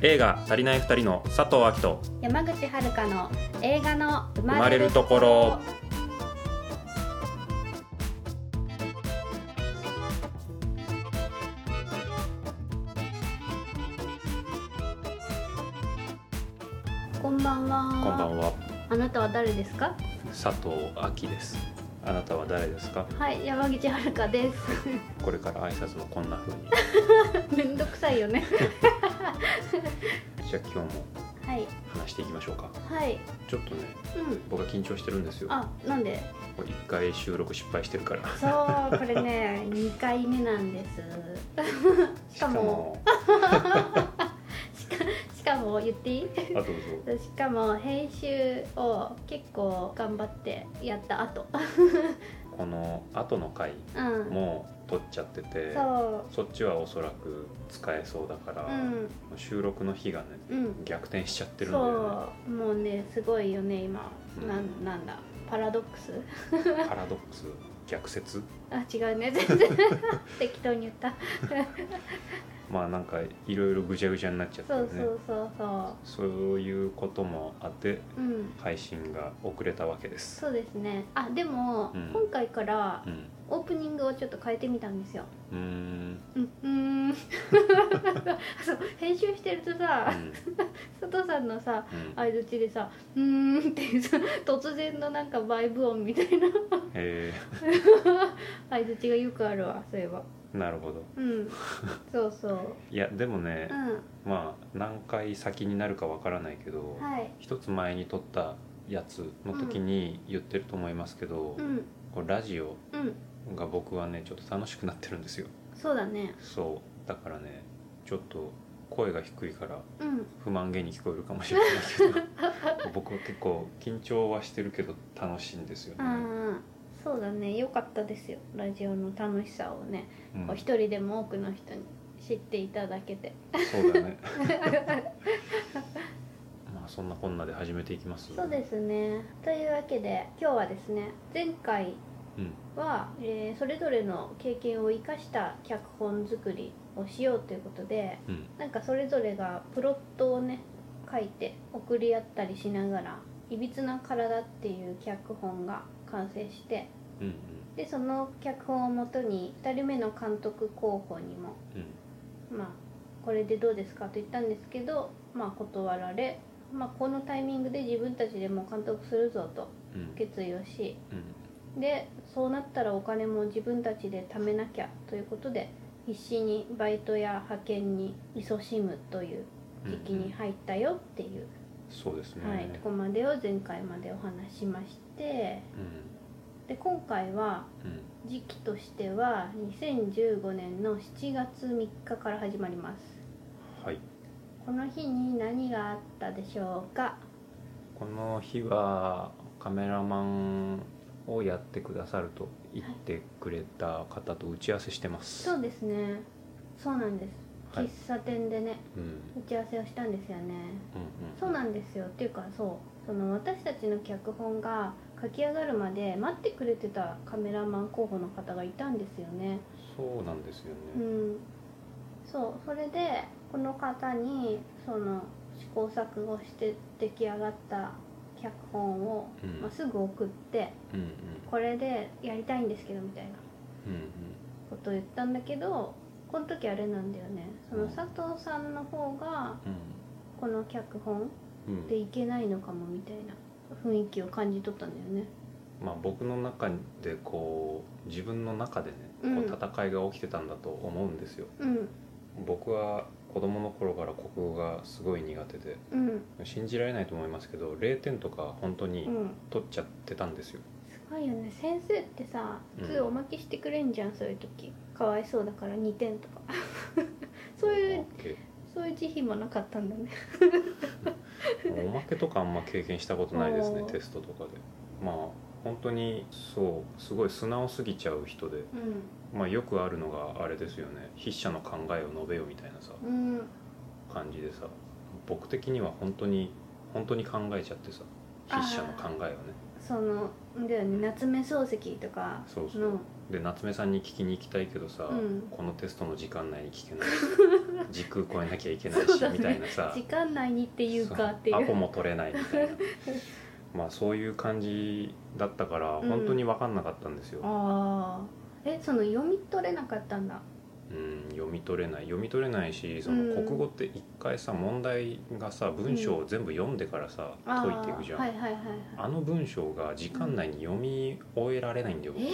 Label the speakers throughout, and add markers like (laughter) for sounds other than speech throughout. Speaker 1: 映画「足りない二人」の佐藤明人
Speaker 2: 山口遥の映画の
Speaker 1: 生
Speaker 2: 生ま
Speaker 1: まれ
Speaker 2: れる
Speaker 1: ると
Speaker 2: とこ
Speaker 1: こ
Speaker 2: ろ
Speaker 1: ろ
Speaker 2: こんばんは
Speaker 1: こんばんは
Speaker 2: あなたは誰ですか
Speaker 1: 佐藤明ですあなたは誰ですか
Speaker 2: はい山口遥です
Speaker 1: これから挨拶もこんな風に
Speaker 2: (laughs) めんどくさいよね
Speaker 1: じゃあ今日も
Speaker 2: はい
Speaker 1: 話していきましょうか
Speaker 2: はい
Speaker 1: ちょっとね
Speaker 2: うん
Speaker 1: 僕は緊張してるんですよ
Speaker 2: あなんで
Speaker 1: これ一回収録失敗してるから
Speaker 2: そうこれ (laughs) ね2回目なんですし
Speaker 1: し
Speaker 2: か
Speaker 1: か
Speaker 2: も
Speaker 1: も
Speaker 2: しかしかも言っていい
Speaker 1: あどうぞ
Speaker 2: しかも編集を結構頑張ってやった後
Speaker 1: この後の回
Speaker 2: うん
Speaker 1: も撮っちゃってて
Speaker 2: そ
Speaker 1: そっちはおそらく使えそうだから、
Speaker 2: ううん
Speaker 1: もう収録の日がね
Speaker 2: うん
Speaker 1: 逆転しちゃってるんだよ
Speaker 2: そうもうねすごいよね今
Speaker 1: うん
Speaker 2: なんなんだパラドックス
Speaker 1: ねパラドックス逆説
Speaker 2: あ違
Speaker 1: (laughs)
Speaker 2: うね全然適当に言った
Speaker 1: まあなんかいろいろぐちゃぐちゃになっちゃって
Speaker 2: そ
Speaker 1: るね
Speaker 2: うそうそうそ
Speaker 1: そういうこともあって
Speaker 2: ううん
Speaker 1: 配信が遅れたわけです
Speaker 2: そうですねあでも、
Speaker 1: うん
Speaker 2: 今回から
Speaker 1: うん
Speaker 2: オープニングをちょっと変えてみたんですよ
Speaker 1: うーん
Speaker 2: うんうーん (laughs) そう編集してると
Speaker 1: う
Speaker 2: さ
Speaker 1: ん
Speaker 2: 佐藤さんのさ
Speaker 1: うん
Speaker 2: 相づちでさ「うーん」ってさ突然のなんかバイブ音みたいな
Speaker 1: え
Speaker 2: 相づちがよくあるわそういえば
Speaker 1: ー、 (laughs) なるほど
Speaker 2: うんそうそう
Speaker 1: いやでもね
Speaker 2: う、ん
Speaker 1: まあ何回先になるかわからないけど、
Speaker 2: はい
Speaker 1: 一つ前に撮ったやつの時に言ってると思いますけど、
Speaker 2: うん
Speaker 1: こうラジオ
Speaker 2: うん
Speaker 1: が僕はねちょっと楽しくなってるんですよ
Speaker 2: そうだね
Speaker 1: そうだからねちょっと声が低いから
Speaker 2: うん
Speaker 1: 不満げに聞こえるかもしれないけど僕は結構緊張はしてるけど楽しいんですよね、
Speaker 2: ああそうだね良かったですよラジオの楽しさをね
Speaker 1: うん
Speaker 2: こう一人でも多くの人に知っていただけて
Speaker 1: そうだね
Speaker 2: (laughs)
Speaker 1: まあそんなこんなで始めていきます
Speaker 2: そうですねというわけで今日はですね前回
Speaker 1: うん
Speaker 2: は、えーそれぞれの経験を生かした脚本作りをしようということで
Speaker 1: うん
Speaker 2: なんかそれぞれがプロットをね書いて送り合ったりしながら「いびつな体」っていう脚本が完成して
Speaker 1: うんうん
Speaker 2: でその脚本をもとに2人目の監督候補にも
Speaker 1: うん
Speaker 2: まあこれでどうですかと言ったんですけどまあ断られ、まあ、このタイミングで自分たちでもう監督するぞと
Speaker 1: うん
Speaker 2: 決意をし
Speaker 1: うん
Speaker 2: でそうなったらお金も自分たちで貯めなきゃということで必死にバイトや派遣に勤しむという
Speaker 1: うん
Speaker 2: 時期に入ったよっていう、
Speaker 1: そうですね、
Speaker 2: はい、とこまでを前回までお話ししまして
Speaker 1: うん
Speaker 2: で今回は
Speaker 1: うん
Speaker 2: 時期としては2015年の7月3日から始まります
Speaker 1: はい
Speaker 2: この日に何があったでしょうか
Speaker 1: この日はカメラマンをやってくださると言ってくれた方と打ち合わせしてます、
Speaker 2: そうですねそうなんです、
Speaker 1: はい
Speaker 2: 喫茶店でね
Speaker 1: うんうん
Speaker 2: 打ち合わせをしたんですよね
Speaker 1: うん
Speaker 2: そうなんですよっていうかそうその私たちの脚本が書き上がるまで待ってくれてたカメラマン候補の方がいたんですよね
Speaker 1: そうなんですよ
Speaker 2: う
Speaker 1: ね、
Speaker 2: んそうそれでこの方にその試行錯誤して出来上がった脚本を、
Speaker 1: うん
Speaker 2: まあ、すぐ送って
Speaker 1: うん、うん
Speaker 2: これでやりたいんですけどみたいな
Speaker 1: うんうん
Speaker 2: ことを言ったんだけどこの時あれなんだよねその佐藤さんの方がこの脚本
Speaker 1: うんう
Speaker 2: で
Speaker 1: ん
Speaker 2: いけないのかもみたいな雰囲気を感じ取ったんだよね
Speaker 1: まあ僕の中でこう自分の中でね
Speaker 2: うん
Speaker 1: こう戦いが起きてたんだと思うんですよ、
Speaker 2: うん
Speaker 1: 僕は子供の頃から国語がすごい苦手で
Speaker 2: うん
Speaker 1: 信じられないと思いますけど0点とか本当に
Speaker 2: うん
Speaker 1: 取っちゃってたんですよ、
Speaker 2: すごいよね先生ってさ
Speaker 1: うん
Speaker 2: 普通おまけしてくれんじゃん、そういう時かわいそうだから2点とか (laughs) そういう
Speaker 1: OK
Speaker 2: そういう慈悲もなかったんだね
Speaker 1: おまけとかあんま経験したことないですね
Speaker 2: おー
Speaker 1: テストとかでまあ本当にそうすごい素直すぎちゃう人で、まあ、よくあるのがあれですよね筆者の考えを述べよみたいなさ
Speaker 2: うんうん
Speaker 1: 感じでさ僕的には本当に本当に考えちゃってさ筆者の考えをね
Speaker 2: そのだよね夏目漱石とか
Speaker 1: そうそう
Speaker 2: の
Speaker 1: で夏目さんに聞きに行きたいけどさ、
Speaker 2: うん (laughs)
Speaker 1: このテストの時間内に聞けない軸超えなきゃいけない
Speaker 2: そう
Speaker 1: し、
Speaker 2: だね
Speaker 1: みたいなさ
Speaker 2: 時間内にっていう
Speaker 1: そう
Speaker 2: かってい
Speaker 1: アポ
Speaker 2: う
Speaker 1: も取れないみ
Speaker 2: (laughs)
Speaker 1: たいなまあそういう感じだったから
Speaker 2: うん
Speaker 1: 本当に分かんなかったんですよ、
Speaker 2: ああえその読み取れなかったんだ
Speaker 1: うん、読み取れない読み取れないしそうの
Speaker 2: ん
Speaker 1: 国語って一回さ問題がさ文章を全部読んでからさ、
Speaker 2: あ
Speaker 1: 解いていくじゃん、
Speaker 2: ーはいはいはい
Speaker 1: あ
Speaker 2: はい
Speaker 1: の文章が時間内に読み終えられないんだよ、
Speaker 2: えー、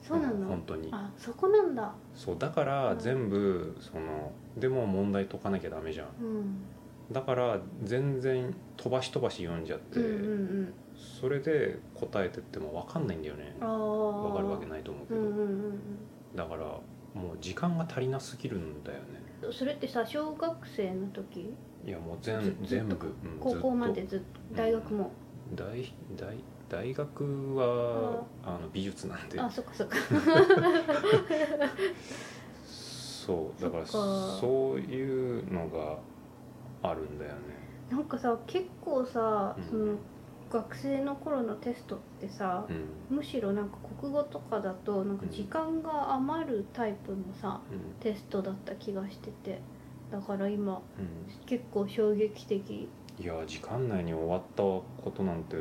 Speaker 2: そうなの
Speaker 1: 本当に
Speaker 2: あそこなんだ
Speaker 1: そうだから
Speaker 2: うん
Speaker 1: 全部そのでも問題解かなきゃダメじゃん
Speaker 2: うん
Speaker 1: だから全然飛ばし飛ばし読んじゃって、
Speaker 2: うんうん
Speaker 1: それで答えてっても分かんないんだよね
Speaker 2: うんああ
Speaker 1: 分かるわけないと思うけ
Speaker 2: うん
Speaker 1: ど、
Speaker 2: うんうん
Speaker 1: だからもう時間が足りなすぎるんだよね
Speaker 2: うんそれってさ小学生の時
Speaker 1: いやもう
Speaker 2: ずず
Speaker 1: 全
Speaker 2: っと
Speaker 1: 全部、うん
Speaker 2: 高校まで
Speaker 1: ずっ
Speaker 2: ずっと大学も、
Speaker 1: と大大大学はあの美術なんで
Speaker 2: あそっかそっか (laughs)
Speaker 1: そうだから
Speaker 2: そっか
Speaker 1: そういうのがあるんだよね
Speaker 2: なんかさ結構さ、
Speaker 1: うん
Speaker 2: その学生の頃のテストってさ、
Speaker 1: うん、
Speaker 2: むしろなんか国語とかだとなんか時間が余るタイプのさ
Speaker 1: うん
Speaker 2: テストだった気がしててだから今
Speaker 1: うん、
Speaker 2: 結構衝撃的
Speaker 1: いや時間内に終わったことなんて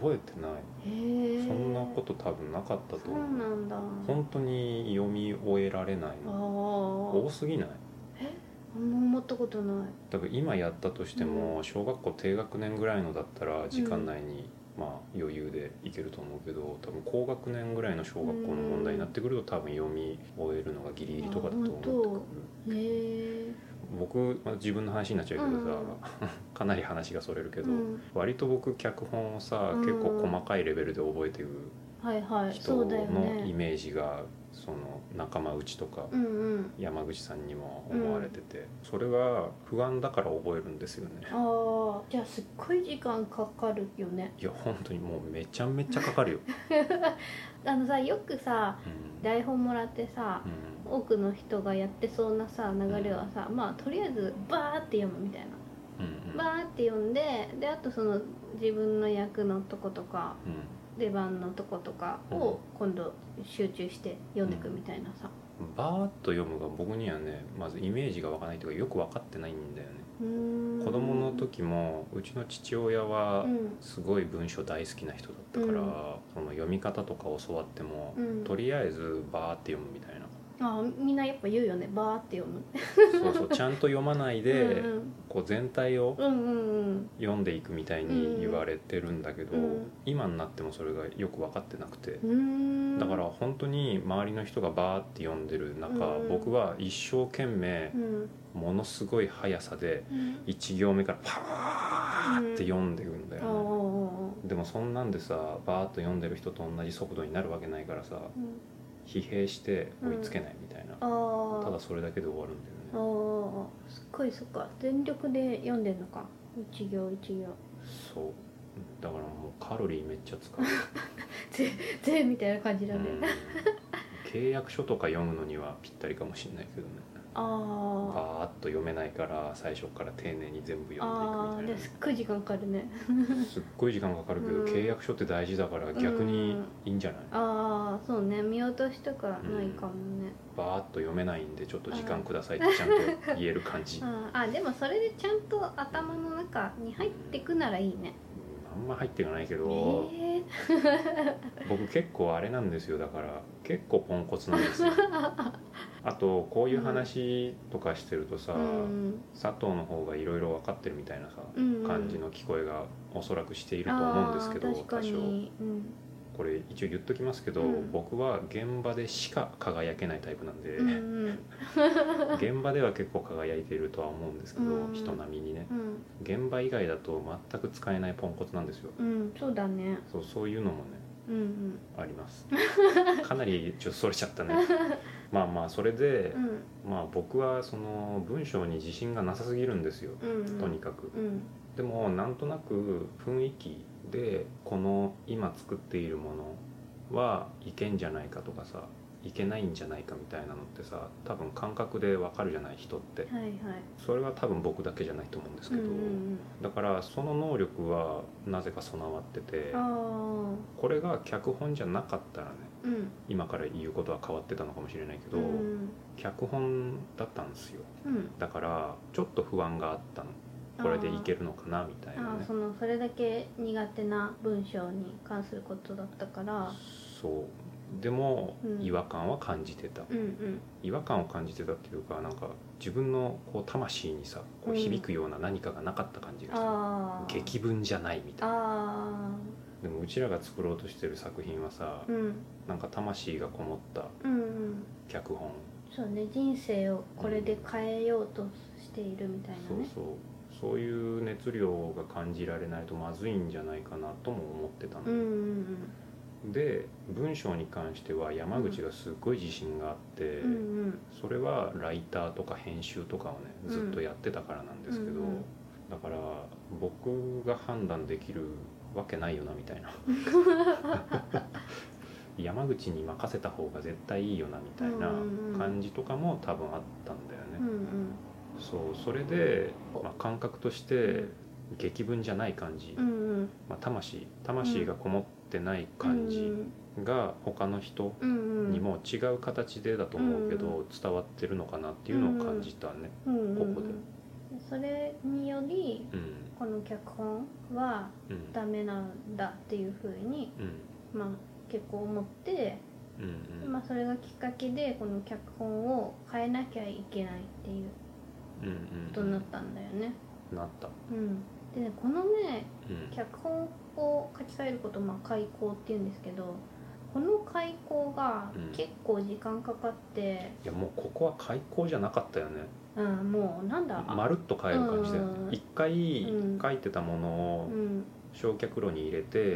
Speaker 1: 覚えてない、
Speaker 2: へえ
Speaker 1: そんなこと多分なかったと
Speaker 2: そう
Speaker 1: 思う
Speaker 2: なんだ
Speaker 1: 本当に読み終えられない
Speaker 2: あ
Speaker 1: の多
Speaker 2: ー
Speaker 1: すぎない
Speaker 2: あんま思ったことない
Speaker 1: 多分今やったとして
Speaker 2: う
Speaker 1: も小学校低学年ぐらいのだったら時間内に、まあ余裕でいけると思うけど多分高学年ぐらいの小学校の問題になってくると多分読み終えるのがギリギリとかだと思ってくる
Speaker 2: あ本へえ
Speaker 1: 僕、まあ、自分の話になっちゃうけどさ、
Speaker 2: うん
Speaker 1: (laughs) かなり話がそれるけど、
Speaker 2: うん
Speaker 1: 割と僕脚本をさ、
Speaker 2: うん
Speaker 1: 結構細かいレベルで覚えてる
Speaker 2: はいはい
Speaker 1: 人
Speaker 2: そうだよ
Speaker 1: のイ
Speaker 2: ね
Speaker 1: メージがその仲間内とか
Speaker 2: うんうん
Speaker 1: 山口さんにも思われてて、それが不安だから覚えるんですよね
Speaker 2: ああじゃあすっごい時間かかるよね
Speaker 1: いや本当にもうめちゃめちゃかかるよ、
Speaker 2: あのさよくさ
Speaker 1: うん
Speaker 2: 台本もらってさ
Speaker 1: うん
Speaker 2: 多くの人がやってそうなさ流れはさ、まあとりあえずバーって読むみたいな、
Speaker 1: うんうん
Speaker 2: バーって読んでであとその自分の役のとことか
Speaker 1: うん
Speaker 2: 出番のとことかを今度集中して読んでいくみたいなさ
Speaker 1: バーッと読むが僕にはねまずイメージが湧かないというかよく分かってないんだよね、
Speaker 2: うーん
Speaker 1: 子供の時もうちの父親は、
Speaker 2: うん
Speaker 1: すごい文章大好きな人だったから、
Speaker 2: うん
Speaker 1: その読み方とか教わっても、
Speaker 2: うん
Speaker 1: とりあえずバーって読むみたいな
Speaker 2: あみんなやっぱ言うよねバーって読むって
Speaker 1: そうそうちゃんと読まないで、
Speaker 2: うん
Speaker 1: こう全体を
Speaker 2: うんうんうん
Speaker 1: 読んでいくみたいに言われてるんだけど、
Speaker 2: うん
Speaker 1: 今になってもそれがよく分かってなくて
Speaker 2: う、んうーん
Speaker 1: だから本当に周りの人がバーって読んでる中、
Speaker 2: うん
Speaker 1: 僕は一生懸命
Speaker 2: うん
Speaker 1: ものすごい速さで
Speaker 2: うん
Speaker 1: 1行目からパーって読んでいくんだよね。
Speaker 2: おうおうおう
Speaker 1: でもそんなんでさバーッと読んでる人と同じ速度になるわけないからさ
Speaker 2: うん
Speaker 1: 疲弊して追いつけないみたいな、
Speaker 2: あー
Speaker 1: ただそれだけで終わるんだよね、
Speaker 2: ああすっごいそっか全力で読んでんのか一行一行 (laughs)
Speaker 1: そうだからもうカロリーめっちゃ
Speaker 2: (laughs)
Speaker 1: 使う、
Speaker 2: 全みたいな感じだ
Speaker 1: う
Speaker 2: ね、
Speaker 1: ん契約書とか読むのにはぴったりかもしれないけどね
Speaker 2: あ
Speaker 1: バーッと読めないから最初から丁寧に全部
Speaker 2: ー
Speaker 1: 読
Speaker 2: あ
Speaker 1: ん
Speaker 2: ー
Speaker 1: でいくみたいな
Speaker 2: でもすっごい時間かかるね
Speaker 1: すっごい時間かかるけど、
Speaker 2: うん
Speaker 1: 契約書って大事だから逆にいいんじゃない、
Speaker 2: ああそうね見落としとかないかもね、
Speaker 1: バーッと読めないんでちょっと時間くださいってちゃんと言える感じ、
Speaker 2: あーあでもそれでちゃんと頭の中に入ってくならいいね
Speaker 1: うんあんま入っていかないけ
Speaker 2: え
Speaker 1: ど、
Speaker 2: え
Speaker 1: 僕結構あれなんですよだから結構ポンコツなん
Speaker 2: (laughs)
Speaker 1: ですよあとこういう話とかしてるとさ、
Speaker 2: ー、うん
Speaker 1: 佐藤の方がいろいろ分かってるみたいなさ、
Speaker 2: うんうん
Speaker 1: 感じの聞こえがおそらくしていると思うんですけど
Speaker 2: あー確か
Speaker 1: 多少
Speaker 2: に、うん
Speaker 1: これ一応言っときますけど、
Speaker 2: うん
Speaker 1: 僕は現場でしか輝けないタイプなんで、
Speaker 2: うんうん
Speaker 1: 現場では結構輝いているとは思うんですけど、
Speaker 2: うん
Speaker 1: 人並みにね
Speaker 2: うん
Speaker 1: 現場以外だと全く使えないポンコツなんですよ
Speaker 2: うんそうだね
Speaker 1: そうそういうのもね
Speaker 2: うんうん
Speaker 1: あります
Speaker 2: (laughs)
Speaker 1: かなりちょっとそれちゃったねまあまあそれで、
Speaker 2: うん
Speaker 1: まあ僕はその文章に自信がなさすぎるんですよ、
Speaker 2: うん
Speaker 1: とにかく
Speaker 2: うん
Speaker 1: でもなんとなく雰囲気でこの今作っているものはいけんじゃないかとかさいけないんじゃないかみたいなのってさ多分感覚でわかるじゃない人って
Speaker 2: はいはい
Speaker 1: それは多分僕だけじゃないと思うんです
Speaker 2: う
Speaker 1: け
Speaker 2: ん
Speaker 1: ど、
Speaker 2: うん
Speaker 1: だからその能力はなぜか備わってて
Speaker 2: うんあ
Speaker 1: これが脚本じゃなかったらね
Speaker 2: あうん
Speaker 1: 今から言うことは変わってたのかもしれないけど、
Speaker 2: うん
Speaker 1: 脚本だったんですよ
Speaker 2: うん
Speaker 1: だからちょっと不安があったのこれでいけるのかなみたいな
Speaker 2: ああ
Speaker 1: ね
Speaker 2: そのそれだけ苦手な文章に関することだったから
Speaker 1: そうでも
Speaker 2: うん
Speaker 1: 違和感は感じてた、
Speaker 2: うんうん
Speaker 1: 違和感を感じてたっていうかなんか自分のこう魂にさこう
Speaker 2: うん
Speaker 1: 響くような何かがなかった感じがする、
Speaker 2: ああ
Speaker 1: 劇文じゃないみたいな
Speaker 2: あ
Speaker 1: でもうちらが作ろうとしてる作品はさ、
Speaker 2: あうん
Speaker 1: なんか魂がこもった
Speaker 2: うんうん
Speaker 1: 脚本
Speaker 2: そうね人生をこれで変えようとしているみたいな
Speaker 1: そう
Speaker 2: ね
Speaker 1: そうそういう熱量が感じられないとまずいんじゃないかなとも思ってたの、
Speaker 2: うんうん
Speaker 1: で文章に関しては山口がすごい自信があって、
Speaker 2: うんうんうん
Speaker 1: それはライターとか編集とかをね
Speaker 2: うん
Speaker 1: ずっとやってたからなんですけど、
Speaker 2: うんうん
Speaker 1: だから僕が判断できるわけないよなみたいな
Speaker 2: (laughs)
Speaker 1: 山口に任せた方が絶対いいよなみたいな感じとかも多分あったんだよね、
Speaker 2: うんうん
Speaker 1: そうそれで、まあ、感覚として
Speaker 2: うん
Speaker 1: 劇文じゃない感じ、
Speaker 2: うんうん
Speaker 1: まあ、魂魂がこもってない感じが他の人
Speaker 2: うんうん
Speaker 1: にも違う形でだと思うけ
Speaker 2: う
Speaker 1: ど伝わってるのかなっていうのを感じたね。
Speaker 2: うんうんうん
Speaker 1: ここで
Speaker 2: それにより
Speaker 1: うん
Speaker 2: この脚本は
Speaker 1: うん
Speaker 2: ダメなんだっていうふうに
Speaker 1: うん
Speaker 2: まあ結構思って、
Speaker 1: うん
Speaker 2: まあ、それがきっかけでこの脚本を変えなきゃいけないっていう
Speaker 1: うん
Speaker 2: ことになったんだよね。
Speaker 1: うんなった。
Speaker 2: うん、でねこのね
Speaker 1: うん
Speaker 2: 脚本を書き換えることをまあ開講っていうんですけどこの開講が
Speaker 1: うん
Speaker 2: 結構時間かかって、
Speaker 1: いやもうここは開口じゃなかったよね
Speaker 2: うんもうなんだ
Speaker 1: まるっと変える感じだよ
Speaker 2: うん
Speaker 1: ね一回
Speaker 2: うん
Speaker 1: 書いてたもの
Speaker 2: う
Speaker 1: を
Speaker 2: ん
Speaker 1: 焼却炉に入れて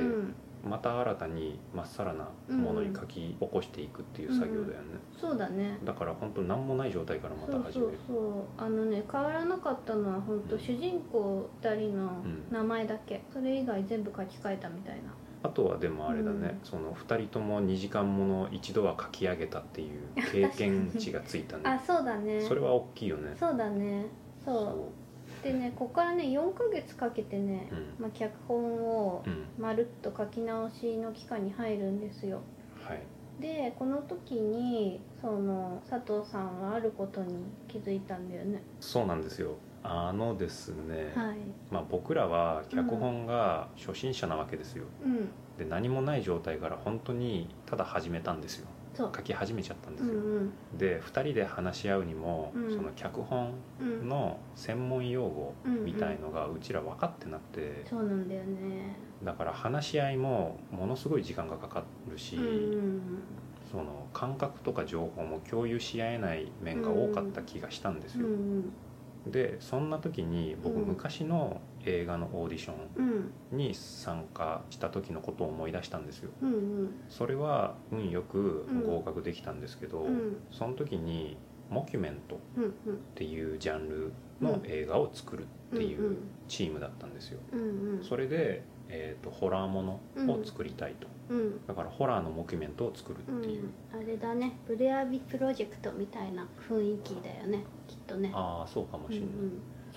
Speaker 2: うん、
Speaker 1: また新たにまっさらなものに書き起こしていくっていう作業だよね、
Speaker 2: そうだね
Speaker 1: だから本当何もない状態からま
Speaker 2: そ
Speaker 1: た
Speaker 2: う
Speaker 1: 始
Speaker 2: そ
Speaker 1: め
Speaker 2: う
Speaker 1: る
Speaker 2: そうあのね変わらなかったのは本当、
Speaker 1: うん
Speaker 2: 主人公2人の
Speaker 1: うん
Speaker 2: 名前だけそれ以外全部書き換えたみたいな
Speaker 1: あとはでもあれだね、
Speaker 2: う
Speaker 1: その2人とも2時間もの一度は書き上げたっていう経験値がついた
Speaker 2: (laughs) あ
Speaker 1: ね
Speaker 2: そうだね
Speaker 1: それは大きいよね
Speaker 2: そうだねそ
Speaker 1: そう
Speaker 2: でねここからね4ヶ月かけてね、
Speaker 1: う
Speaker 2: まあ、脚本を
Speaker 1: うん
Speaker 2: まるっと書き直しの期間に入るんですよ
Speaker 1: はい
Speaker 2: でこの時にその佐藤さんはあることに気づいたんだよね
Speaker 1: そうなんですよあのですね、
Speaker 2: はい
Speaker 1: まあ、僕らは脚本が初心者なわけですよ、
Speaker 2: うん
Speaker 1: で何もない状態から本当にただ始めたんですよ
Speaker 2: そう
Speaker 1: 書き始めちゃったんで
Speaker 2: うん
Speaker 1: すよ、
Speaker 2: うん
Speaker 1: で2人で話し合うにも、
Speaker 2: うん
Speaker 1: その脚本
Speaker 2: うん
Speaker 1: の専門用語みたいのがうちら分かってなくて、
Speaker 2: そうなんだよね
Speaker 1: だから話し合いもものすごい時間がかかるし、
Speaker 2: うんうん
Speaker 1: その感覚とか情報も共有し合えない面が多かった気がしたんです
Speaker 2: うんう
Speaker 1: よ、
Speaker 2: ん
Speaker 1: でそんな時に僕
Speaker 2: うん
Speaker 1: 昔の映画のオーディション
Speaker 2: うん
Speaker 1: に参加した時のことを思い出したんですよ
Speaker 2: うんうん
Speaker 1: それは運よく
Speaker 2: うん
Speaker 1: 合格できたんですけど、
Speaker 2: うん
Speaker 1: その時にモキュメントっ
Speaker 2: うんうん
Speaker 1: ていうジャンルの映画を作るってい
Speaker 2: ん
Speaker 1: うチームだったんですよ
Speaker 2: うんうん
Speaker 1: それで、えー、とホラーものを作りたいと、
Speaker 2: うん
Speaker 1: だからホラーのモキュメントを作る
Speaker 2: うん
Speaker 1: っていう、
Speaker 2: あれだねブレアビプロジェクトみたいな雰囲気だよねきっとね
Speaker 1: ああそうかも
Speaker 2: う
Speaker 1: しれない、
Speaker 2: ん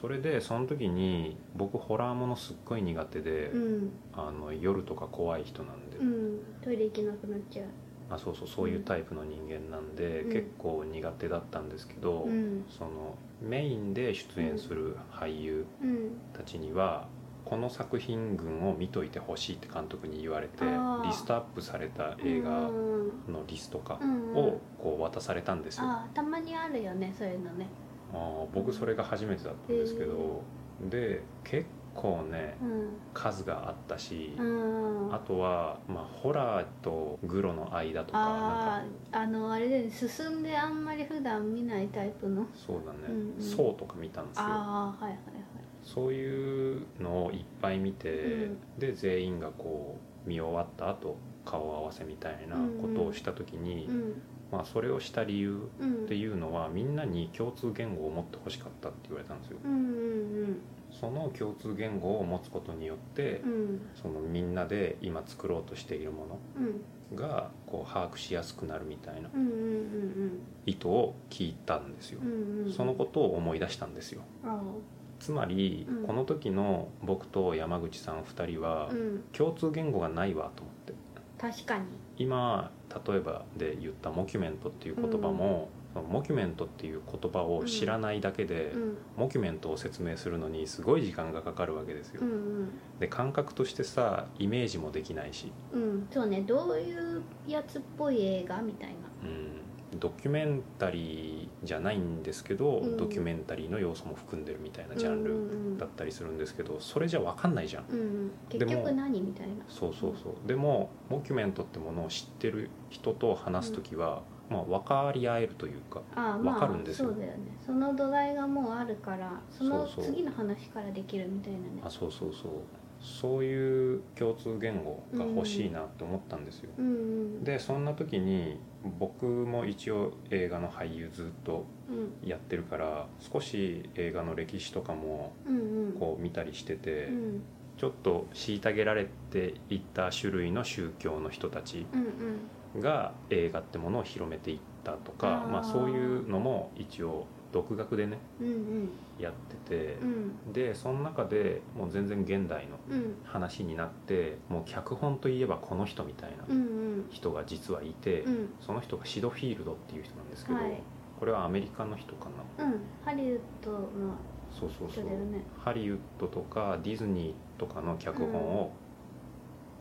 Speaker 1: それでその時に僕ホラーものすっごい苦手で、
Speaker 2: うんうん
Speaker 1: あの夜とか怖い人なんで、
Speaker 2: うんトイレ行けなくなっちゃう
Speaker 1: あそうそうそういうタイプの人間なんで、
Speaker 2: うん
Speaker 1: 結構苦手だったんですけど、
Speaker 2: うん
Speaker 1: そのメインで出演する俳優
Speaker 2: うん
Speaker 1: たちには、この作品群を見といてほしいって監督に言われて
Speaker 2: あー
Speaker 1: リストアップされた映画
Speaker 2: うん
Speaker 1: のリストか
Speaker 2: うん
Speaker 1: をこう渡されたんですよ、
Speaker 2: ああたまにあるよねそういうのね
Speaker 1: あー僕それが初めてだったんですけど、で結構ね
Speaker 2: うん
Speaker 1: 数があったし、
Speaker 2: うん
Speaker 1: あとは、まあ、ホラーとグロの間とかな
Speaker 2: あ
Speaker 1: んか
Speaker 2: ああのあれだよね進んであんまり普段見ないタイプの
Speaker 1: そうだね、
Speaker 2: うんうん
Speaker 1: そうとか見たんですよ
Speaker 2: ああはいはい
Speaker 1: そういうのをいっぱい見て、
Speaker 2: うん
Speaker 1: で全員がこう見終わった後顔合わせみたいなことをした時に、
Speaker 2: はいうん
Speaker 1: まあ、それをした理由
Speaker 2: うん
Speaker 1: っていうのはみんなに共通言語を持ってほしかったって言われたんですよ
Speaker 2: うんうん
Speaker 1: その共通言語を持つことによって、
Speaker 2: うんうん
Speaker 1: そのみんなで今作ろうとしているもの
Speaker 2: うん
Speaker 1: がこう把握しやすくなるみたいな
Speaker 2: うんうんうん
Speaker 1: 意図を聞いたんですよ
Speaker 2: うんう、んうん
Speaker 1: そのことを思い出したんですよ
Speaker 2: あ
Speaker 1: つまり、
Speaker 2: うん
Speaker 1: この時の僕と山口さん2人は
Speaker 2: あうん
Speaker 1: 共通言語がないわと思って
Speaker 2: 確かに
Speaker 1: 今例えばで言った「モキュメント」っていう言葉も、そのモキュメントっていう言葉を知らないだけで、
Speaker 2: うん
Speaker 1: モキュメントを説明するのにすごい時間がかかるわけですよ、
Speaker 2: うんうん
Speaker 1: で感覚としてさイメージもできないし、
Speaker 2: うんそうねどういうやつっぽい映画みたいな
Speaker 1: うん、ドキュメンタリーじゃないんですけど、
Speaker 2: うん
Speaker 1: ドキュメンタリーの要素も含んでるみたいなジャン
Speaker 2: うん
Speaker 1: ル
Speaker 2: うんうん
Speaker 1: だったりするんですけどそれじゃ分かんないじゃん
Speaker 2: うんうん
Speaker 1: で
Speaker 2: 結
Speaker 1: も
Speaker 2: 局何みたいな
Speaker 1: そうそうそうでもモキュメントってものを知ってる人と話す時は、まあ、分かり合えるというか
Speaker 2: ああまあ
Speaker 1: わかるんですよ
Speaker 2: そうだよねその土台がもうあるからその
Speaker 1: そうそう
Speaker 2: 次の話からできるみたいなね
Speaker 1: あそうそうそうそういう共通言語が欲しいなって思ったんですよ、
Speaker 2: うんうん
Speaker 1: でそんな時に僕も一応映画の俳優ずっと
Speaker 2: うん
Speaker 1: やってるから少し映画の歴史とかも
Speaker 2: うんうん
Speaker 1: こう見たりしてて、
Speaker 2: うんうん
Speaker 1: ちょっと虐げられていった種類の宗教の人たち
Speaker 2: うん
Speaker 1: が映画ってものを広めていったとか
Speaker 2: あー
Speaker 1: まあ、そういうのも一応独学でね
Speaker 2: うんうん
Speaker 1: やってて
Speaker 2: う、ん
Speaker 1: でその中でもう全然現代の
Speaker 2: うん
Speaker 1: 話になってもう脚本といえばこの人みたいな
Speaker 2: うんうん
Speaker 1: 人が実はいて、
Speaker 2: うん
Speaker 1: その人がシドフィールドっていう人なんですけど、
Speaker 2: はい
Speaker 1: これはアメリカの人かな
Speaker 2: うんハリウッドの
Speaker 1: そうそうそう、
Speaker 2: 人だよね
Speaker 1: ハリウッドとかディズニーとかの脚本を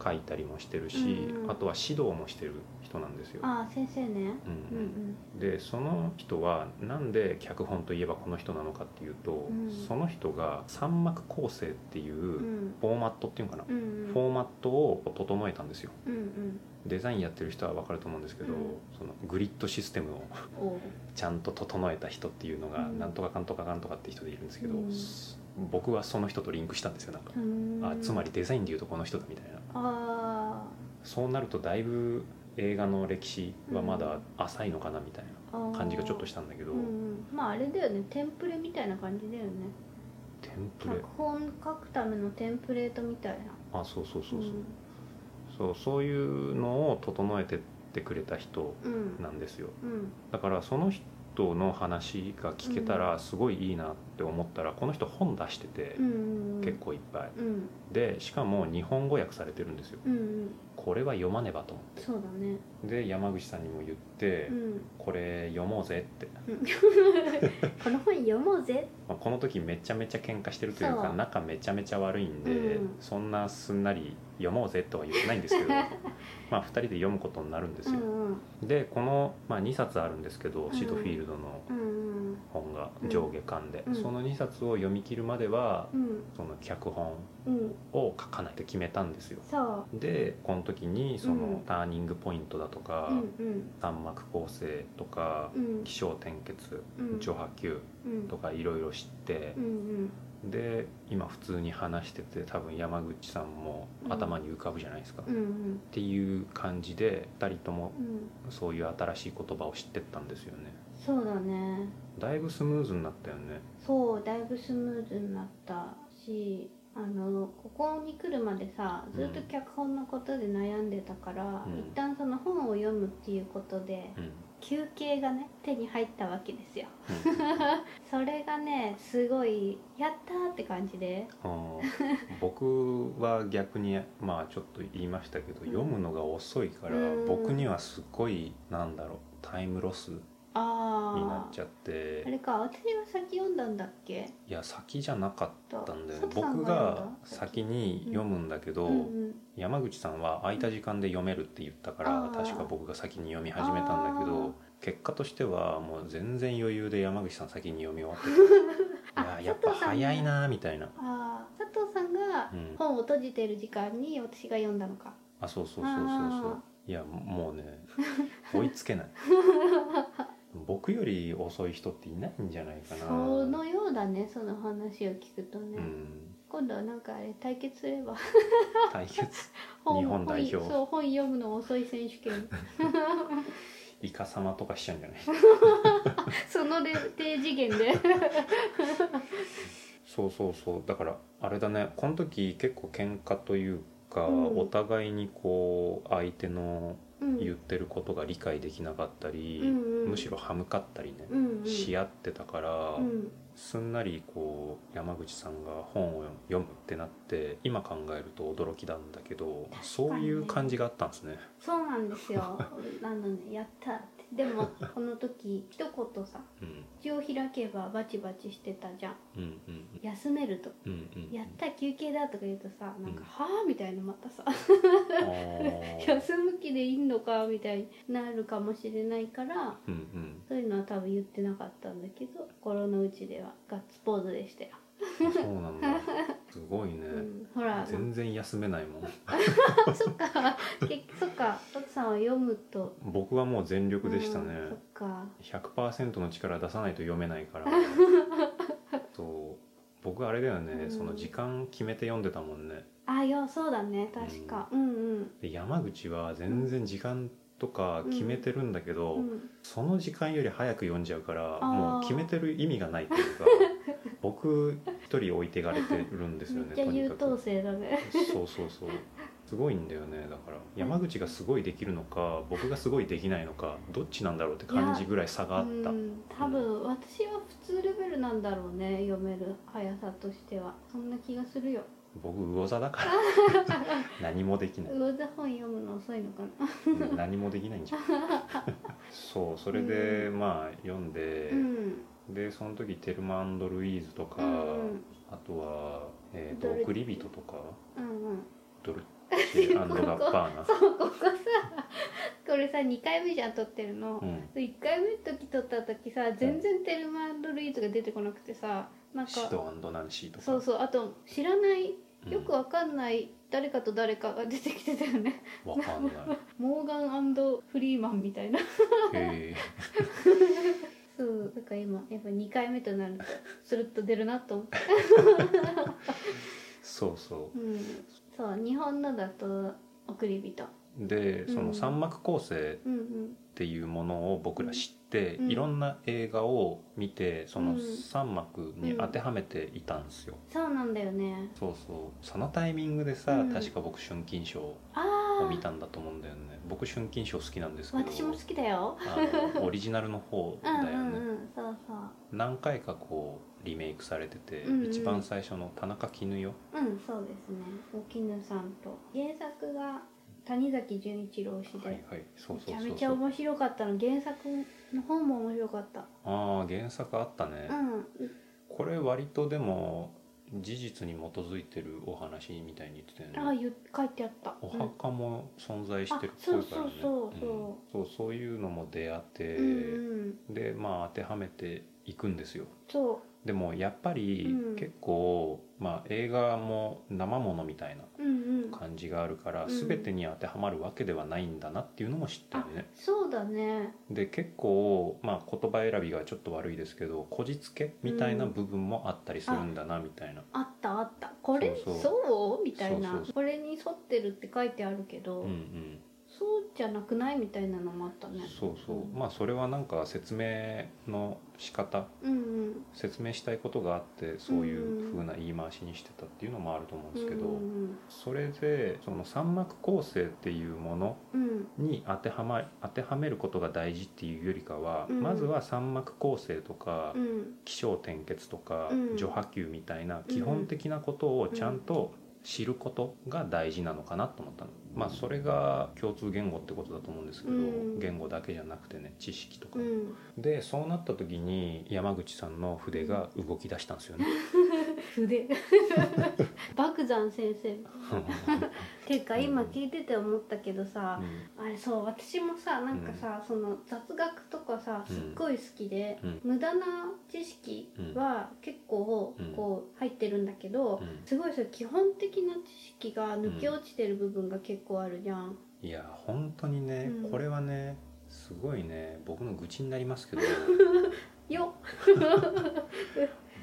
Speaker 1: 書いたりもしてるし、
Speaker 2: うんうん
Speaker 1: あとは指導もしてる人なんですよ。
Speaker 2: ああ先生ね
Speaker 1: う
Speaker 2: うんん
Speaker 1: でその人はなんで脚本といえばこの人なのかっていうと、
Speaker 2: うん
Speaker 1: その人が三幕構成っていううんフォーマットっていうのかな、
Speaker 2: うんうん
Speaker 1: フォーマットを整えたんですよ
Speaker 2: うんうん
Speaker 1: デザインやってる人は分かると思うんですけど、
Speaker 2: うん
Speaker 1: そのグリッドシステムを
Speaker 2: おう
Speaker 1: ちゃんと整えた人っていうのが、
Speaker 2: うん
Speaker 1: なんとかかんとかかんとかって人でいるんですけど、
Speaker 2: うん
Speaker 1: 僕はその人とリンクしたんですよなんか
Speaker 2: う、ーん
Speaker 1: あつまりデザインでいうとこの人だみたいな
Speaker 2: あ
Speaker 1: そうなるとだいぶ映画の歴史はまだ浅いのかなみたい
Speaker 2: ーあー
Speaker 1: な感じがちょっとしたんだけど、
Speaker 2: うんうんまああれだよねテンプレみたいな感じだよね
Speaker 1: テンプレ
Speaker 2: 脚本書くためのテンプレートみたいな
Speaker 1: あそうそうそうそう、
Speaker 2: ん
Speaker 1: そうそういうのを整えてってくれた人
Speaker 2: うん
Speaker 1: なんですよ
Speaker 2: うん
Speaker 1: だからその人の話が聞けたらすごいいいなって思ったら、この人本出してて
Speaker 2: う、ん
Speaker 1: 結構いっぱい
Speaker 2: うん
Speaker 1: でしかも日本語訳されてるんですよ
Speaker 2: うんうん
Speaker 1: これは読まねばと思
Speaker 2: そうだね
Speaker 1: ってで山口さんにも言って、
Speaker 2: うん
Speaker 1: これ読もうぜって、
Speaker 2: この本読もうぜ
Speaker 1: まあ、この時めちゃめちゃ喧嘩してるというか
Speaker 2: そう
Speaker 1: 仲めちゃめちゃ悪いんで、
Speaker 2: うん
Speaker 1: そんなすんなり読もうぜとは言ってないんです
Speaker 2: (laughs)
Speaker 1: けどまあ2人で読むことになるんです
Speaker 2: うん
Speaker 1: よ、
Speaker 2: うん
Speaker 1: でこの、まあ、2冊あるんですけど、
Speaker 2: うん
Speaker 1: シドフィールドの
Speaker 2: うん
Speaker 1: 本が
Speaker 2: うん
Speaker 1: 上下巻で、
Speaker 2: うん
Speaker 1: その2冊を読み切るまでは
Speaker 2: うん
Speaker 1: その脚本
Speaker 2: うん
Speaker 1: を書かないと決めたんですよ
Speaker 2: そう
Speaker 1: でこの時にそ
Speaker 2: うん
Speaker 1: のターニングポイントだとか、
Speaker 2: うんうん
Speaker 1: 三幕構成とか
Speaker 2: うん
Speaker 1: 気象転結
Speaker 2: うん
Speaker 1: 序波球
Speaker 2: うん
Speaker 1: とかいろいろ知って
Speaker 2: う、んうん
Speaker 1: で今普通に話してて多分山口さんも頭に浮かぶじゃないですか、
Speaker 2: う
Speaker 1: っ
Speaker 2: んうん
Speaker 1: ていう感じで2人とも
Speaker 2: うん
Speaker 1: そういう新しい言葉を知ってったんですよね
Speaker 2: そうだね
Speaker 1: だいぶスムーズになったよね
Speaker 2: そうだいぶスムーズになったしあのここに来るまでさずっと脚本のことで悩んでたから、
Speaker 1: うん
Speaker 2: 一旦その本を読むっていうことで
Speaker 1: うん、
Speaker 2: 休憩がね手に入ったわけですよそれがねすごいやったーって感じで
Speaker 1: うん、 (laughs) 僕は逆にまあちょっと言いましたけど、
Speaker 2: ん
Speaker 1: 読むのが遅いから、
Speaker 2: うん
Speaker 1: 僕にはすっごいなんだろうタイムロスにな
Speaker 2: あ
Speaker 1: っ
Speaker 2: あ
Speaker 1: ちゃって
Speaker 2: あれか私が先読んだんだっけ
Speaker 1: いや先じゃなかったんだよね
Speaker 2: 佐藤さん
Speaker 1: 僕
Speaker 2: が読んだ
Speaker 1: が先に読むんだけど、
Speaker 2: うんうん
Speaker 1: 山口さんは空いた時間で読めるって言ったから、
Speaker 2: あー
Speaker 1: 確か僕が先に読み始めたんだけ
Speaker 2: あー
Speaker 1: ど結果としてはもう全然余裕で山口さん先に読み終わって
Speaker 2: (laughs)
Speaker 1: たいや
Speaker 2: あ
Speaker 1: ーやっぱ
Speaker 2: 佐藤さんね
Speaker 1: 早いなーみたいな、
Speaker 2: ああ佐藤さんが
Speaker 1: うん、
Speaker 2: 本を閉じてる時間に私が読んだのか
Speaker 1: あそうそうそうそうそう
Speaker 2: あ
Speaker 1: いやもうね追いつけない僕より遅い人っていないんじゃないかな
Speaker 2: そのようだねその話を聞くとね、
Speaker 1: うん
Speaker 2: 今度はなんかあれ対決すれば
Speaker 1: 対決 (laughs) 日本代表
Speaker 2: 本そう本読むの遅い選手権 (laughs)
Speaker 1: イカ様とかしちゃうんじゃない
Speaker 2: そのレ低次元で
Speaker 1: (laughs) そうそうそうだからあれだねこの時結構喧嘩というか、
Speaker 2: うん
Speaker 1: お互いにこう相手の
Speaker 2: うん
Speaker 1: 言ってることが理解できなかったり、
Speaker 2: うんうん
Speaker 1: むしろ歯向かったりね、
Speaker 2: うんうん
Speaker 1: し合ってたから、
Speaker 2: うん
Speaker 1: すんなりこう山口さんが本を読むってなって今考えると驚きなんだけど、
Speaker 2: 確かにね
Speaker 1: そういう感じがあったんですね。
Speaker 2: そうなんですよなのでやったってでもこの時一言さ
Speaker 1: うん
Speaker 2: 口を開けばバチバチしてたじゃん
Speaker 1: うんうん
Speaker 2: 休めると
Speaker 1: うんうんうん
Speaker 2: やった休憩だとか言うとさなん
Speaker 1: うん
Speaker 2: か「はあ?」みたいなまたさ
Speaker 1: あー
Speaker 2: 休む気でいいのかみたいになるかもしれないから
Speaker 1: うんうん
Speaker 2: そういうのは多分言ってなかったんだけど心の内ではガッツポーズでしたよ、
Speaker 1: あそうなんだすごいね、
Speaker 2: うん、ほら
Speaker 1: 全然休めないもん
Speaker 2: そっか (laughs) 結そっかトツさんは読むと
Speaker 1: 僕はもう全力でしたね、
Speaker 2: うんそっか
Speaker 1: 100%の力出さないと読めないから
Speaker 2: (laughs)
Speaker 1: そう僕あれだよね、
Speaker 2: うん
Speaker 1: その時間決めて読んでたもんね
Speaker 2: あいやそうだね確か、うん、うん
Speaker 1: で山口は全然時間とか決めてるんだけど、
Speaker 2: うんうん
Speaker 1: その時間より早く読んじゃうから
Speaker 2: あー
Speaker 1: もう決めてる意味がないっていう
Speaker 2: (laughs)
Speaker 1: か僕一人置いていかれてるんですよ
Speaker 2: め
Speaker 1: ね
Speaker 2: っちゃ
Speaker 1: とに
Speaker 2: 優
Speaker 1: か
Speaker 2: 等
Speaker 1: く
Speaker 2: 生だね
Speaker 1: そうそうそうすごいんだよねだから山口がすごいできるのか僕がすごいできないのかどっちなんだろうって感じぐらい差があった
Speaker 2: うん多分私は普通レベルなんだろうね読める速さとしてはそんな気がするよ
Speaker 1: 僕魚座だから (laughs) 何もできない
Speaker 2: 魚座本読むの遅いのかな
Speaker 1: うん何もできないんじゃんそうそれで、
Speaker 2: う
Speaker 1: まあ読んで
Speaker 2: う、ん
Speaker 1: でその時「テルマルイーズ」とか、
Speaker 2: うん
Speaker 1: あとは「えーと
Speaker 2: ドル
Speaker 1: 送り人」とか
Speaker 2: うんうん
Speaker 1: 「
Speaker 2: (laughs)
Speaker 1: ドルチェガッパーナ」
Speaker 2: そうここさこれさ2回目じゃん撮ってるの、
Speaker 1: うん、
Speaker 2: 1回目の時撮った時さ全然テルマンドルイーズが出てこなくてさなん
Speaker 1: シ
Speaker 2: か
Speaker 1: ドナンシーとか
Speaker 2: そうそうあと知らない
Speaker 1: うん
Speaker 2: よくわかんない誰かと誰かが出 (laughs) てきてたよね、
Speaker 1: わかんない
Speaker 2: モーガンフリーマンみたいな (laughs)
Speaker 1: へえ
Speaker 2: そうだから今やっぱ2回目となるとスルッと出るなと思って
Speaker 1: (laughs) そうそ
Speaker 2: うんそう日本のだと送り人
Speaker 1: うでそうの
Speaker 2: ん
Speaker 1: 三幕構成
Speaker 2: うんうん
Speaker 1: っていうものを僕ら知って、
Speaker 2: うん
Speaker 1: いろんな映画を見てそうの
Speaker 2: ん
Speaker 1: 三幕に当てはめていたんですよ、
Speaker 2: そうなんだよね
Speaker 1: そうそうそのタイミングでさ、
Speaker 2: うん
Speaker 1: 確か僕春金賞を
Speaker 2: あ
Speaker 1: 見た
Speaker 2: あ
Speaker 1: んだと思うんだよね僕春金賞好きなんですけど
Speaker 2: 私も好きだよ
Speaker 1: あのオリジナルの方
Speaker 2: う
Speaker 1: だ
Speaker 2: ん
Speaker 1: よ
Speaker 2: う
Speaker 1: ね、
Speaker 2: んうんそうそ
Speaker 1: 何回かこうリメイクされてて、
Speaker 2: うんうん
Speaker 1: 一番最初の田中絹代
Speaker 2: ううんそうですねお絹さんと原作が谷崎潤一郎氏で、
Speaker 1: はいはいそう
Speaker 2: め
Speaker 1: そ
Speaker 2: ち
Speaker 1: う
Speaker 2: ゃ
Speaker 1: そ
Speaker 2: め
Speaker 1: う
Speaker 2: ちゃ
Speaker 1: そう
Speaker 2: 面白かったの原作の本も面白かった
Speaker 1: ああ原作あったね、
Speaker 2: うん
Speaker 1: これ割とでも事実に基づいてるお話みたいに言ってたよね
Speaker 2: ああゆ書いてあった
Speaker 1: お
Speaker 2: うん
Speaker 1: 墓も存在してるっぽいからね
Speaker 2: あそうそうそう
Speaker 1: うんそうそういうのも出会って、
Speaker 2: うんうん
Speaker 1: でまあ当てはめていくんですよ
Speaker 2: そ
Speaker 1: でもやっぱり
Speaker 2: うん
Speaker 1: 結構、まあ、映画も生ものみたいな
Speaker 2: ううんうん
Speaker 1: 感じがあるから、
Speaker 2: うん
Speaker 1: 全てに当てはまるわけではないんだなっていうのも知ったよね
Speaker 2: そうだね
Speaker 1: で結構、まあ、言葉選びがちょっと悪いですけどこじつけみたいな部分もあったりするんだなみたいな、
Speaker 2: あったあったこれ
Speaker 1: そ
Speaker 2: そうう
Speaker 1: そ
Speaker 2: みたいな
Speaker 1: そうそうそ
Speaker 2: これに沿ってるって書いてあるけど、
Speaker 1: うんうん
Speaker 2: そうじゃなくないみたいなのもあったね
Speaker 1: そうそうまあそれはなんか説明の仕方
Speaker 2: うんうん
Speaker 1: 説明したいことがあってそういう風な言い回しにしてたっていうのもあると思うんですけど、
Speaker 2: うん
Speaker 1: それでその三幕構成っていうもの
Speaker 2: うんうん
Speaker 1: に当てはま当てはめることが大事っていうよりかは、
Speaker 2: うん
Speaker 1: まずは三幕構成とか、
Speaker 2: うんうん
Speaker 1: 起承転結とか、
Speaker 2: うん
Speaker 1: 序波球みたいな基本的なことをちゃんと知ることが大事なのかなと思ったの、まあそれが共通言語ってことだと思うんですけど、
Speaker 2: うん
Speaker 1: 言語だけじゃなくてね知識とか
Speaker 2: う
Speaker 1: も、
Speaker 2: ん
Speaker 1: でそうなった時に山口さんの筆が動き出したんですよ
Speaker 2: (laughs)
Speaker 1: ね
Speaker 2: 筆爆山先生ていうか今聞いてて思ったけどさ、
Speaker 1: う
Speaker 2: あれそう私もさなんかさ、その雑学とかさ
Speaker 1: うん
Speaker 2: すっごい好きで、
Speaker 1: うん
Speaker 2: 無駄な知識は結構
Speaker 1: うん
Speaker 2: こう入ってるんだけど、
Speaker 1: うん
Speaker 2: すごいそれ基本的な知識が抜け落ちてる部分が結構あるじゃん、
Speaker 1: んいや本当にね、
Speaker 2: うん
Speaker 1: これはねすごいね僕の愚痴になります
Speaker 2: (laughs)
Speaker 1: けど
Speaker 2: よ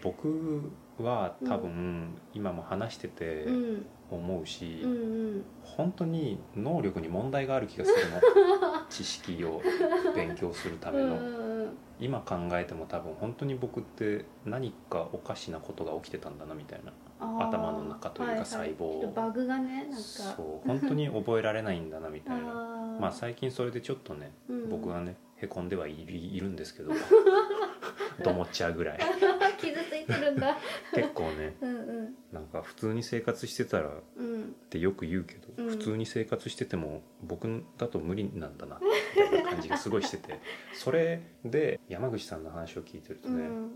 Speaker 1: 僕は多分、今も話してて
Speaker 2: っ、うん、
Speaker 1: 思うし、
Speaker 2: うんうん
Speaker 1: 本当に能力に問題がある気がするの
Speaker 2: (laughs)
Speaker 1: 知識を勉強するた
Speaker 2: う
Speaker 1: め
Speaker 2: んう
Speaker 1: の
Speaker 2: んうん
Speaker 1: 今考えても多分本当に僕って何かおかしなことが起きてたんだなみたいな頭の中というか細胞を
Speaker 2: ちょっとバグがねなんか
Speaker 1: そう本当に覚えられないんだなみたいな
Speaker 2: あー
Speaker 1: まあ最近それでちょっとね、
Speaker 2: うん
Speaker 1: 僕はねへこんではいるいるんですけ
Speaker 2: (laughs)
Speaker 1: どと思っちゃうぐらい
Speaker 2: 傷ついてるんだ
Speaker 1: 結構ね
Speaker 2: うんうん
Speaker 1: なんか普通に生活してたらっ
Speaker 2: うん
Speaker 1: てよく言うけど、
Speaker 2: うん
Speaker 1: 普通に生活してても僕だと無理なんだなみたいな感じがすごいしててそれで山口さんの話を聞いてると
Speaker 2: うん
Speaker 1: ね、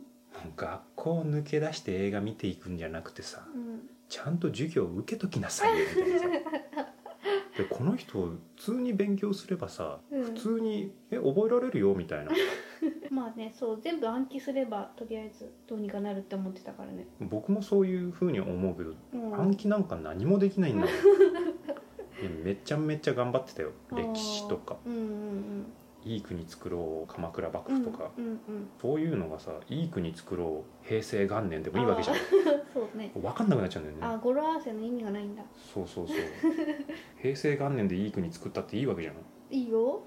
Speaker 1: 学校を抜け出して映画見ていくんじゃなくてさ
Speaker 2: うん
Speaker 1: ちゃんと授業を受けときなさいよみたいなさでこの人普通に勉強すればさ
Speaker 2: うん
Speaker 1: 普通に「え覚えられるよ」みたいな
Speaker 2: まあねそう全部暗記すればとりあえずどうにかなるって思ってたからね
Speaker 1: 僕もそういうふうに思うけど
Speaker 2: うん
Speaker 1: 暗記なんか何もできないんだよいやめちゃめちゃ頑張ってたよ歴史とか
Speaker 2: うんうん
Speaker 1: 「いい国作ろう鎌倉幕
Speaker 2: うんうん
Speaker 1: 府」とか、
Speaker 2: うんうん
Speaker 1: そういうのがさ「いい国作ろう平成元年」でもいいわけじゃん
Speaker 2: そうね
Speaker 1: 分かんなくなっちゃうんだよ
Speaker 2: あ
Speaker 1: ね
Speaker 2: 語呂合わせの意味がないんだ
Speaker 1: そうそうそう平成元年でいい国作ったっていいわ
Speaker 2: (laughs)
Speaker 1: けじゃん
Speaker 2: いいよ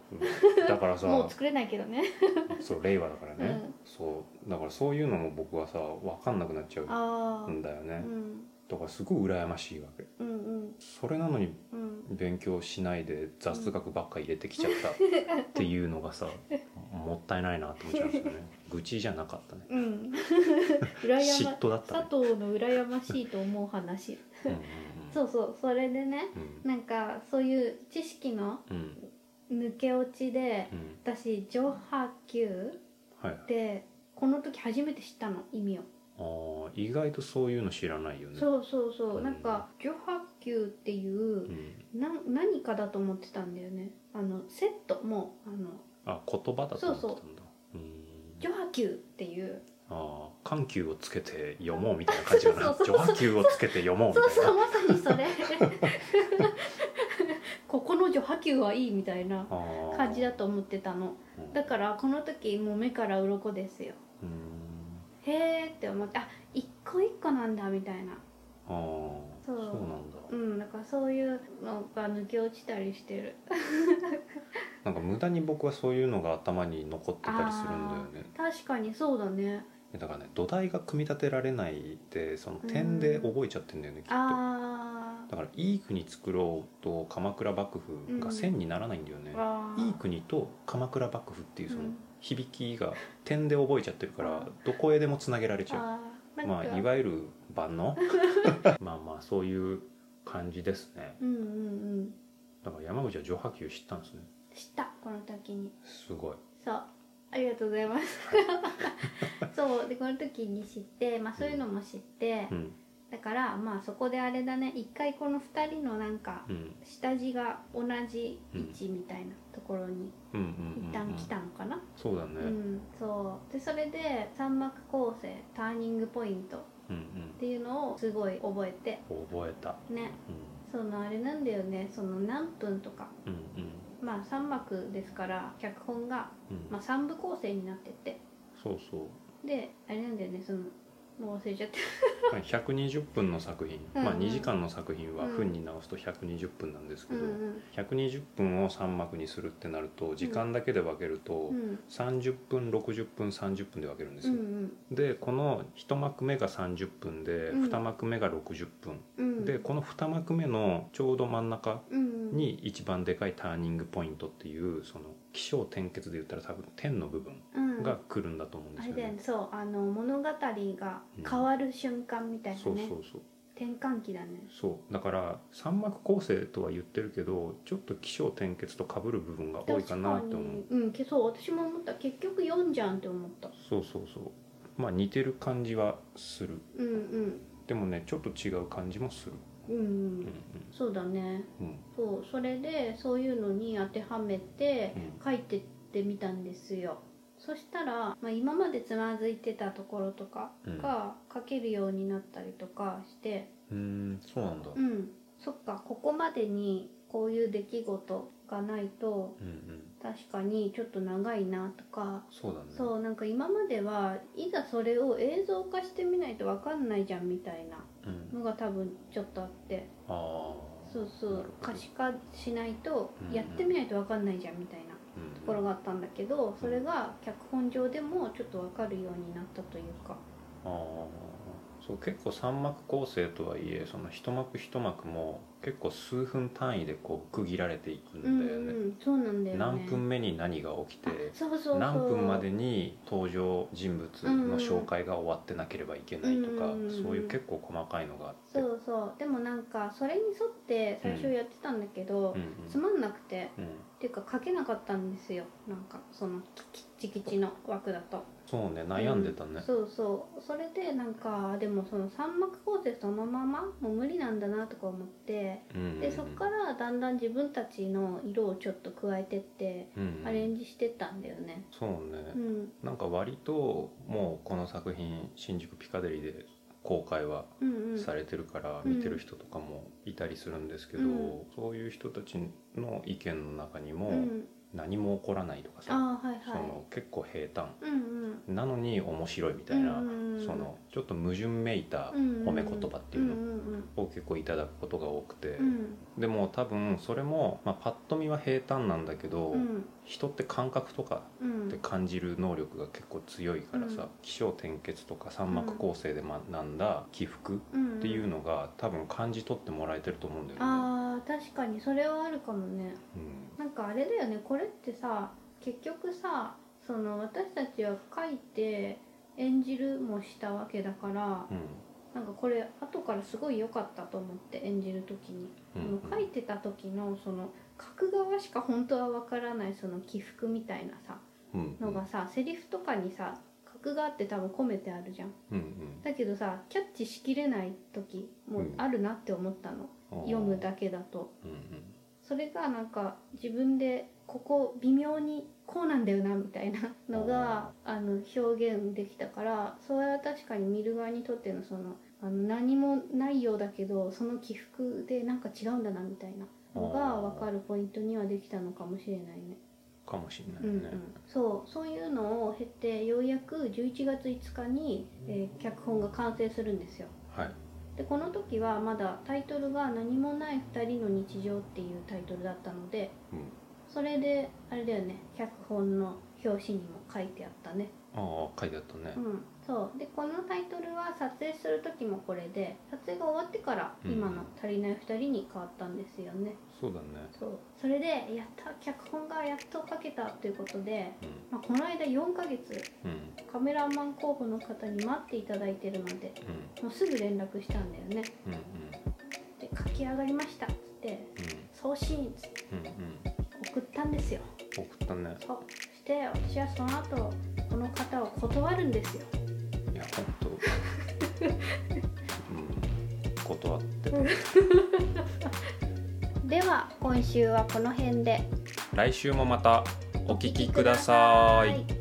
Speaker 1: だからさ
Speaker 2: もう作れないけどね
Speaker 1: そう令和だからね、
Speaker 2: うん
Speaker 1: そうだからそういうのも僕はさ分かんなくなっちゃ
Speaker 2: ああ、
Speaker 1: う
Speaker 2: うん
Speaker 1: んだよね、
Speaker 2: うん、
Speaker 1: だからすごい羨ましいわけ
Speaker 2: うん
Speaker 1: それなのに
Speaker 2: うん
Speaker 1: 勉強しないで雑学ばっか入れてきちゃったっていうのがさもったいないなと思っちゃうん
Speaker 2: (laughs)
Speaker 1: ですよね愚痴じゃなかったね
Speaker 2: うん羨
Speaker 1: 嫉
Speaker 2: ま
Speaker 1: 妬だったね
Speaker 2: 佐藤の羨ましいと思う話
Speaker 1: うんうん
Speaker 2: そうそうそれでね
Speaker 1: うん
Speaker 2: なんかそういう知識の
Speaker 1: うんうん
Speaker 2: 抜け落ちで
Speaker 1: うん
Speaker 2: 私上波球
Speaker 1: はい
Speaker 2: ってこの時初めて知ったの意味を、
Speaker 1: あー意外とそういうの知らないよね
Speaker 2: そうそうそううんなんか上波球っていう
Speaker 1: う、ん、
Speaker 2: な何かだと思ってたんだよねあのセットもうあの
Speaker 1: あ言葉だと思ってたんだ
Speaker 2: そ
Speaker 1: う
Speaker 2: う
Speaker 1: ーん
Speaker 2: 上波球っていう
Speaker 1: あー緩急をつけて読もうみたいな感じかな
Speaker 2: そうそう
Speaker 1: 序 (laughs) 波球をつけて読もうみたい
Speaker 2: そう
Speaker 1: な
Speaker 2: そうまさにそれ (laughs) ここの女波球はいいみたいな
Speaker 1: あー
Speaker 2: 感じだと思ってたの
Speaker 1: うん
Speaker 2: だからこの時もう目から鱗ですよ
Speaker 1: うーん
Speaker 2: へえって思ってあ一個一個なんだみたいな
Speaker 1: あー
Speaker 2: そ
Speaker 1: そううなんだ
Speaker 2: うんだからそういうのが抜け落ちたりしてる
Speaker 1: なんか無駄に僕はそういうのが頭に残ってたりするんだよね
Speaker 2: 確かにそうだね
Speaker 1: だからね土台が組み立てられないでその点で覚えちゃってんだよね、きっと
Speaker 2: あ
Speaker 1: だからいい国作ろうと鎌倉幕府が線にならないんだよね
Speaker 2: ー、あ
Speaker 1: いい国と鎌倉幕府っていうその
Speaker 2: うん
Speaker 1: 響きが点で覚えちゃってるからどこへでもつなげられちゃう
Speaker 2: あーなんか、
Speaker 1: まあいわゆる万能 (laughs) まあまあそういう感じですね
Speaker 2: うんうんうん
Speaker 1: だから山口は上波球知ったんですね
Speaker 2: 知ったこの時に
Speaker 1: すごい
Speaker 2: そうありがとうございます
Speaker 1: (laughs)
Speaker 2: そうでこの時に知って、まあ、そういうのも知って、
Speaker 1: うん
Speaker 2: だからまあそこであれだね一回この2人のなんか
Speaker 1: うん
Speaker 2: 下地が同じ位置みたいなところに
Speaker 1: うんうん
Speaker 2: 一
Speaker 1: うん、う
Speaker 2: 旦
Speaker 1: ん、
Speaker 2: 来たのかな
Speaker 1: そうだ
Speaker 2: う
Speaker 1: ね、
Speaker 2: ん、そうでそれで三幕構成ターニングポイントっ
Speaker 1: うん
Speaker 2: ていうのをすごい覚えて
Speaker 1: うん覚えた
Speaker 2: ね
Speaker 1: う
Speaker 2: そのあれなんだよねその何分とか
Speaker 1: んうんうん
Speaker 2: まあ3幕ですから脚本が、
Speaker 1: うん、
Speaker 2: まあ、3部構成になってて
Speaker 1: そうそう
Speaker 2: であれなんだよねそのもう忘れちゃって
Speaker 1: まあ120分の作品、
Speaker 2: うんうん
Speaker 1: まあ、2時間の作品は
Speaker 2: うん
Speaker 1: 分に直すと120分なんですけ
Speaker 2: る
Speaker 1: ど、120分を3幕にするってなると時間だけで分けると
Speaker 2: うんうん
Speaker 1: 30分60分30分で分けるんです
Speaker 2: う
Speaker 1: よ、
Speaker 2: ん
Speaker 1: でこの1幕目が30分で
Speaker 2: うん
Speaker 1: 2幕目が60分、
Speaker 2: うん
Speaker 1: でこの2幕目のちょうど真ん中
Speaker 2: うんうん
Speaker 1: に一番でかいターニングポイントっていうその起承転結で言ったら多分点の部分
Speaker 2: うん
Speaker 1: が来るんだと思うんで
Speaker 2: あ
Speaker 1: す
Speaker 2: れ
Speaker 1: よ
Speaker 2: だよ
Speaker 1: ね
Speaker 2: ね、そうあの物語が変わる瞬間みたいなね、
Speaker 1: そうそうそう
Speaker 2: 転換期だね
Speaker 1: そうだから三幕構成とは言ってるけどちょっと起承転結とかぶる部分が多いかなって思う
Speaker 2: 確かにうんけそう私も思った結局4じゃんって思った
Speaker 1: そうそうそうまあ似てる感じはする
Speaker 2: うんうん
Speaker 1: でもねちょっと違う感じもする
Speaker 2: うん、うん
Speaker 1: うん
Speaker 2: そうだね
Speaker 1: うんうん
Speaker 2: そうそれでそういうのに当てはめて
Speaker 1: うん
Speaker 2: 書いてってみたんですよそしたら、まあ、今までつまずいてたところとかが書けるようになったりとかして
Speaker 1: うーんそうなんだ
Speaker 2: うん、そっかここまでにこういう出来事がないと
Speaker 1: うんうん
Speaker 2: 確かにちょっと長いなとか、
Speaker 1: そうだね
Speaker 2: そうなんか今まではいざそれを映像化してみないと分かんないじゃんみたいな
Speaker 1: うん
Speaker 2: のが多分ちょっとあって
Speaker 1: ああ
Speaker 2: そうそ
Speaker 1: な
Speaker 2: う
Speaker 1: るほど
Speaker 2: 可視化しないと
Speaker 1: うんうん
Speaker 2: やってみないと分かんないじゃんみたいな
Speaker 1: うん
Speaker 2: ところがあったんだけどそれが脚本上でもちょっと分かるようになったというか
Speaker 1: ああそう結構3幕構成とはいえその一幕一幕も結構数分単位でこう区切られていく
Speaker 2: うん
Speaker 1: んだよね、
Speaker 2: うんそうなんだよね
Speaker 1: 何分目に何が起き
Speaker 2: あ
Speaker 1: て
Speaker 2: そうそうそう
Speaker 1: 何分までに登場人物の紹介が終わってなければいけないとか、
Speaker 2: うん
Speaker 1: そういう結構細かいのがあって
Speaker 2: そうそうでもなんかそれに沿って最初やってたんだけど、
Speaker 1: うん
Speaker 2: つまんなくて
Speaker 1: うんうん
Speaker 2: っていうか書けなかったんですよなんかそのきっちきちの枠だと
Speaker 1: そうね悩んでた
Speaker 2: う
Speaker 1: ね、
Speaker 2: そうそうそれでなんかでもその三幕構成そのままもう無理なんだなとか思って
Speaker 1: うん
Speaker 2: でそっからだんだん自分たちの色をちょっと加えてって
Speaker 1: うん
Speaker 2: アレンジしてったんだよね
Speaker 1: そうね、
Speaker 2: うん
Speaker 1: なんか割ともうこの作品新宿ピカデリで公開は
Speaker 2: うんうん
Speaker 1: されてるから
Speaker 2: うん
Speaker 1: 見てる人とかもいたりするんですけど、
Speaker 2: うん
Speaker 1: そういう人たちの意見の中に
Speaker 2: う
Speaker 1: も
Speaker 2: ん
Speaker 1: 何も起こらないとかさ、
Speaker 2: ああはい
Speaker 1: そ
Speaker 2: は
Speaker 1: の結構平坦
Speaker 2: いうん
Speaker 1: なのに面白いみたいな、
Speaker 2: うん
Speaker 1: そのちょっと矛盾めいた
Speaker 2: うん
Speaker 1: 褒め言葉っていうの
Speaker 2: んうん
Speaker 1: を結構いただくことが多くて、
Speaker 2: うん
Speaker 1: でも多分それも、まあ、パッと見は平坦なんだけど、
Speaker 2: うん
Speaker 1: 人って感覚とか
Speaker 2: うん
Speaker 1: って感じる能力が結構強いから
Speaker 2: うん
Speaker 1: さ起承転結とか三幕構成で学んだ起伏
Speaker 2: うん
Speaker 1: っていうのが多分感じ取ってもらえてると思うんだよね。
Speaker 2: あー確かにそれはあるかもねなんかあれだよねこれってさ結局さその私たちは書いて演じるもしたわけだか
Speaker 1: う
Speaker 2: ら
Speaker 1: ん
Speaker 2: なんかこれ後からすごい良かったと思って演じる時に、
Speaker 1: うん
Speaker 2: あの書いてた時のその書く側しか本当はわからないその起伏みたいなさ
Speaker 1: うんうん
Speaker 2: のがさセリフとかにさ書く側って多分込めてあるじゃん
Speaker 1: うん
Speaker 2: だけどさキャッチしきれない時もあるなって思ったの、
Speaker 1: うん
Speaker 2: 読むだけだと
Speaker 1: うんうん
Speaker 2: それがなんか自分でここ微妙にこうなんだよなみたいなのがあの表現できたからそれは確かに見る側にとってのそのあの何もないようだけどその起伏でなんか違うんだなみたいなのが分かるポイントにはできたのかもしれないね。
Speaker 1: かもしれな
Speaker 2: うん
Speaker 1: いうね。
Speaker 2: ん、そうそういうのを経てようやく11月5日に、えー脚本が完成するんですよ。
Speaker 1: はい
Speaker 2: でこの時はまだタイトルが「何もない2人の日常」っていうタイトルだったので
Speaker 1: うん
Speaker 2: それであれだよね脚本の表紙にも書いてあったね
Speaker 1: ああ書いてあったね
Speaker 2: う。んそうでこのタイトルは撮影する時もこれで撮影が終わってから
Speaker 1: うん
Speaker 2: 今の「足りない2人」に変わったんですよね、
Speaker 1: そうだね。
Speaker 2: そうそれでやった脚本がやっと書けたということで、
Speaker 1: う
Speaker 2: まあ、この間4ヶ月
Speaker 1: んうん
Speaker 2: カメラマン候補の方に待っていただいてるのでもうすぐ連絡したんだよね
Speaker 1: うんうん
Speaker 2: で書き上がりましたっつって送信っつって
Speaker 1: うんうんうん
Speaker 2: 送ったんですよ
Speaker 1: 送ったね。
Speaker 2: そうそして私はその後この方を断るんですよ
Speaker 1: いや本当。うん断ってた。
Speaker 2: では今週はこの辺で
Speaker 1: 来週もまたお聞きくだ
Speaker 2: お
Speaker 1: さ
Speaker 2: 聞き
Speaker 1: い
Speaker 2: く。だ